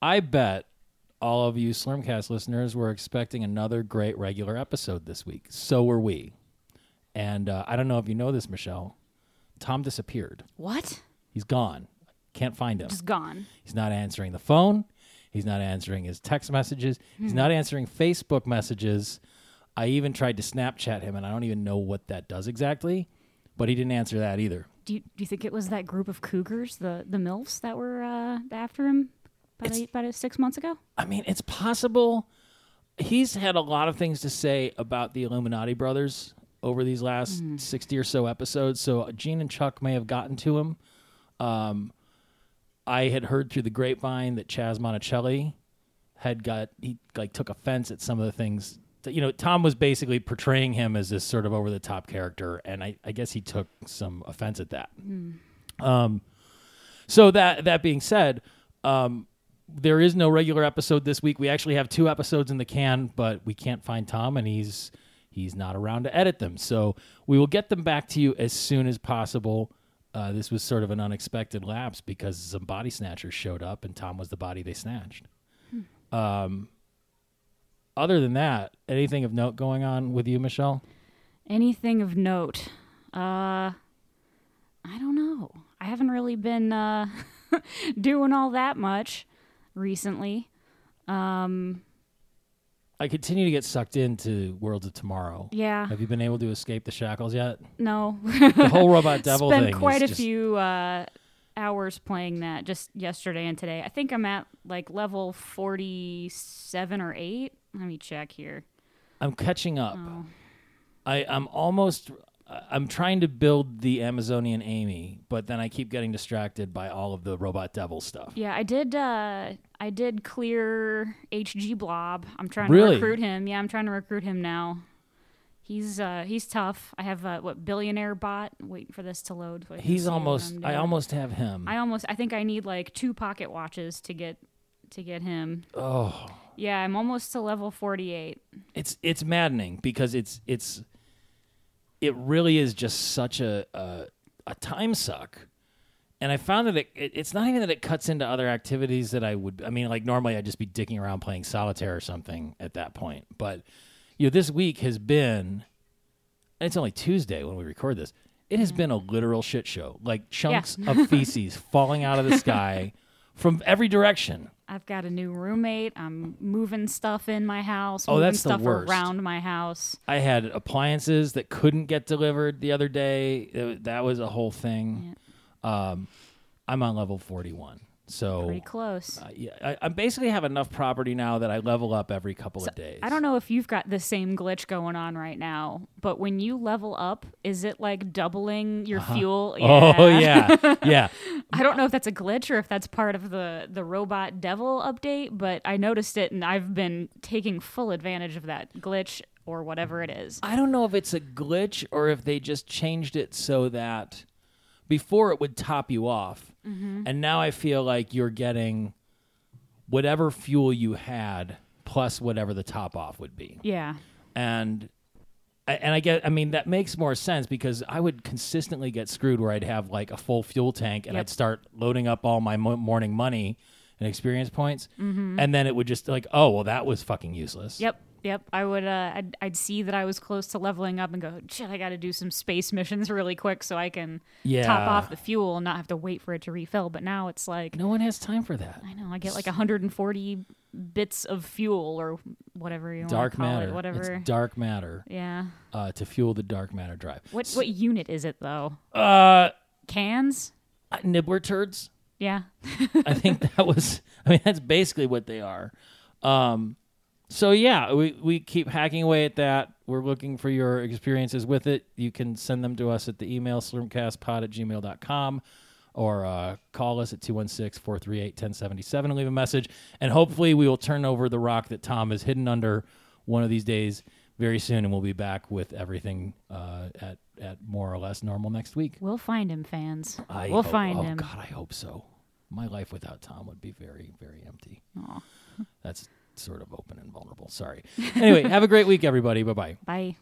I bet all of you Slurmcast listeners were expecting another great regular episode this week. So were we. And uh, I don't know if you know this, Michelle. Tom disappeared. What? He's gone. Can't find him. Just gone. He's not answering the phone. He's not answering his text messages. He's not answering Facebook messages. I even tried to Snapchat him, and I don't even know what that does exactly, but he didn't answer that either. Do you, do you think it was that group of cougars, the the milfs that were uh, after him about, It's- eight, about six months ago? I mean, it's possible. He's had a lot of things to say about the Illuminati brothers over these last 60 or so episodes. So Gene and Chuck may have gotten to him. Um, I had heard through the grapevine that Chaz Monticelli had got, he like took offense at some of the things. That, you know, Tom was basically portraying him as this sort of over the top character. And I, I guess he took some offense at that. Um, So that that being said, um, there is no regular episode this week. We actually have two episodes in the can, but we can't find Tom, and he's he's not around to edit them. So we will get them back to you as soon as possible. Uh, this was sort of an unexpected lapse because some body snatchers showed up, and Tom was the body they snatched. Hmm. Um, other than that, anything of note going on with you, Michelle? Anything of note? Uh, I don't know. I haven't really been uh, doing all that much recently. Um, I continue to get sucked into Worlds of Tomorrow. yeah, Have you been able to escape the shackles yet? no. The whole robot devil Spent thing. is quite a just- few uh, hours playing that just yesterday and today. I think I'm at like level forty-seven or eight. Let me check here. I'm catching up. Oh. I, I'm almost. I- I'm trying to build the Amazonian Amy, but then I keep getting distracted by all of the robot devil stuff. Yeah, I did. Uh, I did clear HG Blob. I'm trying Really? to recruit him. Yeah, I'm trying to recruit him now. He's uh, he's tough. I have uh, what billionaire bot waiting for this to load. so I can see He's what almost. I'm I doing. almost have him. I almost. I think I need like two pocket watches to get to get him. oh, Yeah, I'm almost to level 48. it's it's maddening because it's it's. It really is just such a a, a time suck, and I found that it, it it's not even that it cuts into other activities that I would. I mean, like normally I'd just be dicking around playing solitaire or something at that point, but you know this week has been and it's only Tuesday when we record this. It has been a literal shit show. Like chunks of feces falling out of the sky from every direction. I've got a new roommate. I'm moving stuff in my house. Oh, moving that's the stuff worst. around my house. I had appliances that couldn't get delivered the other day. It wa- that was a whole thing. Um, I'm on level 41. So Pretty close. uh, yeah, I, I basically have enough property now that I level up every couple of days. I don't know if you've got the same glitch going on right now, but when you level up, is it like doubling your fuel? Uh-huh. Oh, yeah. yeah. I don't know if that's a glitch or if that's part of the the robot devil update, but I noticed it and I've been taking full advantage of that glitch or whatever it is. I don't know if it's a glitch or if they just changed it so that before it would top you off. Mm-hmm. And now I feel like you're getting whatever fuel you had plus whatever the top off would be. Yeah. And I- and I get I mean that makes more sense because I would consistently get screwed where I'd have like a full fuel tank and Yep. I'd start loading up all my mo- morning money and experience points and then it would just like oh well that was fucking useless. Mm-hmm. Yep. Yep. I would uh I'd, I'd see that I was close to leveling up and go, "Shit, I got to do some space missions really quick so I can Yeah. top off the fuel and not have to wait for it to refill." But now it's like No one has time for that. I know. I get like 140 bits of fuel or whatever you want to dark call matter. it. Whatever. It's dark matter yeah. uh, to fuel the dark matter drive. What what unit is it though? Uh, Cans? nibbler turds. Yeah. I think that was. I mean, that's basically what they are. Um, so yeah, we we keep hacking away at that. We're looking for your experiences with it. You can send them to us at the email slurmcastpod at gmail.com or uh, call us at 216-438-1077 and leave a message. And hopefully we will turn over the rock that Tom is hidden under one of these days very soon. And we'll be back with everything uh, at, at more or less normal next week. We'll find him, fans. I we'll hope- find oh, him. God, I hope so. My life without Tom would be very, very empty. Aw. That's sort of open and vulnerable. Sorry. Anyway, have a great week, everybody. Bye bye. Bye.